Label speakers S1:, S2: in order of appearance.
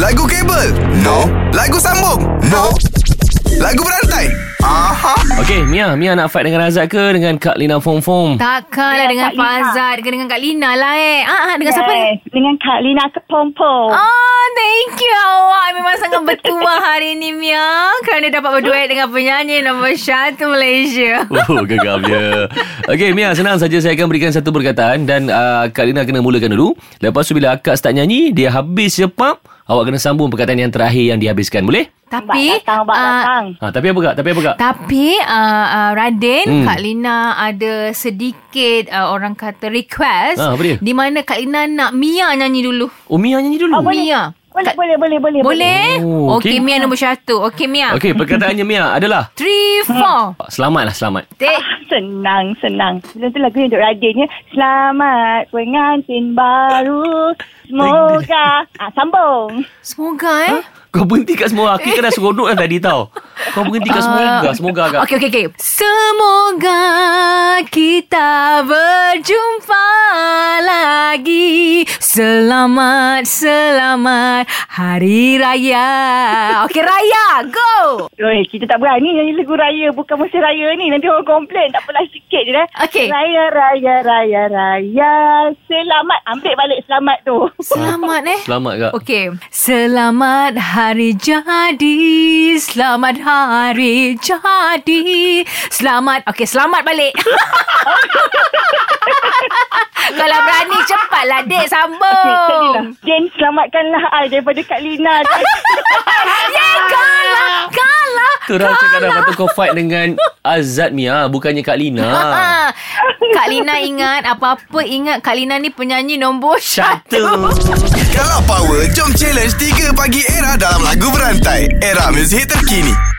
S1: Lagu kabel? No. Lagu sambung? No. Lagu berantai? Aha.
S2: Okey, Mia, Mia nak fight dengan Razak ke dengan Kak Lina Fong Fong?
S3: Takkanlah
S4: Ya,
S3: dengan
S4: Kak Lina.
S3: Fazat Dengan dengan Kak Lina lah eh ah, ah, Dengan siapa ni?
S4: Dengan Kak Lina Kepompong.
S3: Oh, thank you awak memang sangat bertuah hari ni Mia kerana dapat berduet dengan penyanyi nombor satu Malaysia.
S2: Oh, gegamnya. Okey, Mia, senang saja saya akan berikan satu perkataan dan uh, Kak Lina kena mulakan dulu. Lepas tu bila akak start nyanyi, dia habis je pam, awak kena sambung perkataan yang terakhir yang dihabiskan, boleh?
S3: Tapi
S4: Abang datang, abang
S3: ah,
S4: datang.
S2: Ha, tapi apa Kak? Tapi apa Kak?
S3: tapi uh, uh, Radin
S2: Hmm.
S3: hmm. Kak Lina ada sedikit uh, orang kata request
S2: Ah, apa dia?
S3: di mana Kak Lina nak Mia nyanyi dulu.
S2: Oh, Mia nyanyi dulu.
S4: Oh, boleh.
S3: Mia.
S4: Boleh, boleh, boleh, boleh.
S3: Boleh?
S2: Oh, okey.
S3: okey Mia nombor satu. Okey Mia.
S2: Okey, perkataannya Mia adalah
S3: Three,
S4: Hmm.
S3: four.
S2: Selamat lah, selamat.
S3: Take.
S4: Senang, senang. Sebelum tu lagu yang untuk Radin ya. Selamat pengantin baru. Semoga. Ah, sambung.
S3: Semoga eh.
S2: Kau berhenti kat semua. Aku kena seronok dah tadi tau. Kau berhenti kat semoga. kan? Semoga Kak.
S3: Eh, Uh, Okey, okey, okey. Semoga kita berjumpa lagi. Selamat, selamat Hari Raya. Okey, Raya, go!
S4: Oi, kita tak berani nyanyi lagu raya. Bukan musim raya ni. Nanti orang komplain. Tak apalah sikit je dah.
S3: Okey.
S4: Raya, raya, raya, raya. Selamat. Ambil balik selamat tu.
S3: Selamat eh.
S2: Selamat Kak.
S3: Okey. Selamat hari jadi. Selamat hari jadi. Selamat. Okey, selamat balik. Kalau berani cepatlah dek
S4: Jadilah.
S3: sambung.
S4: Jane, selamatkanlah I daripada Kak Lina.
S3: Yeay, kalah. Kalah.
S2: Tu dah cakap dah kata kau fight dengan Azad Mia. Bukannya Kak Lina.
S3: Ah. Kak Lina ingat apa-apa ingat Kak Lina ni penyanyi nombor satu.
S2: Satu.
S1: Kalau power, jom challenge 3 pagi era dalam lagu berantai. Era muzik terkini.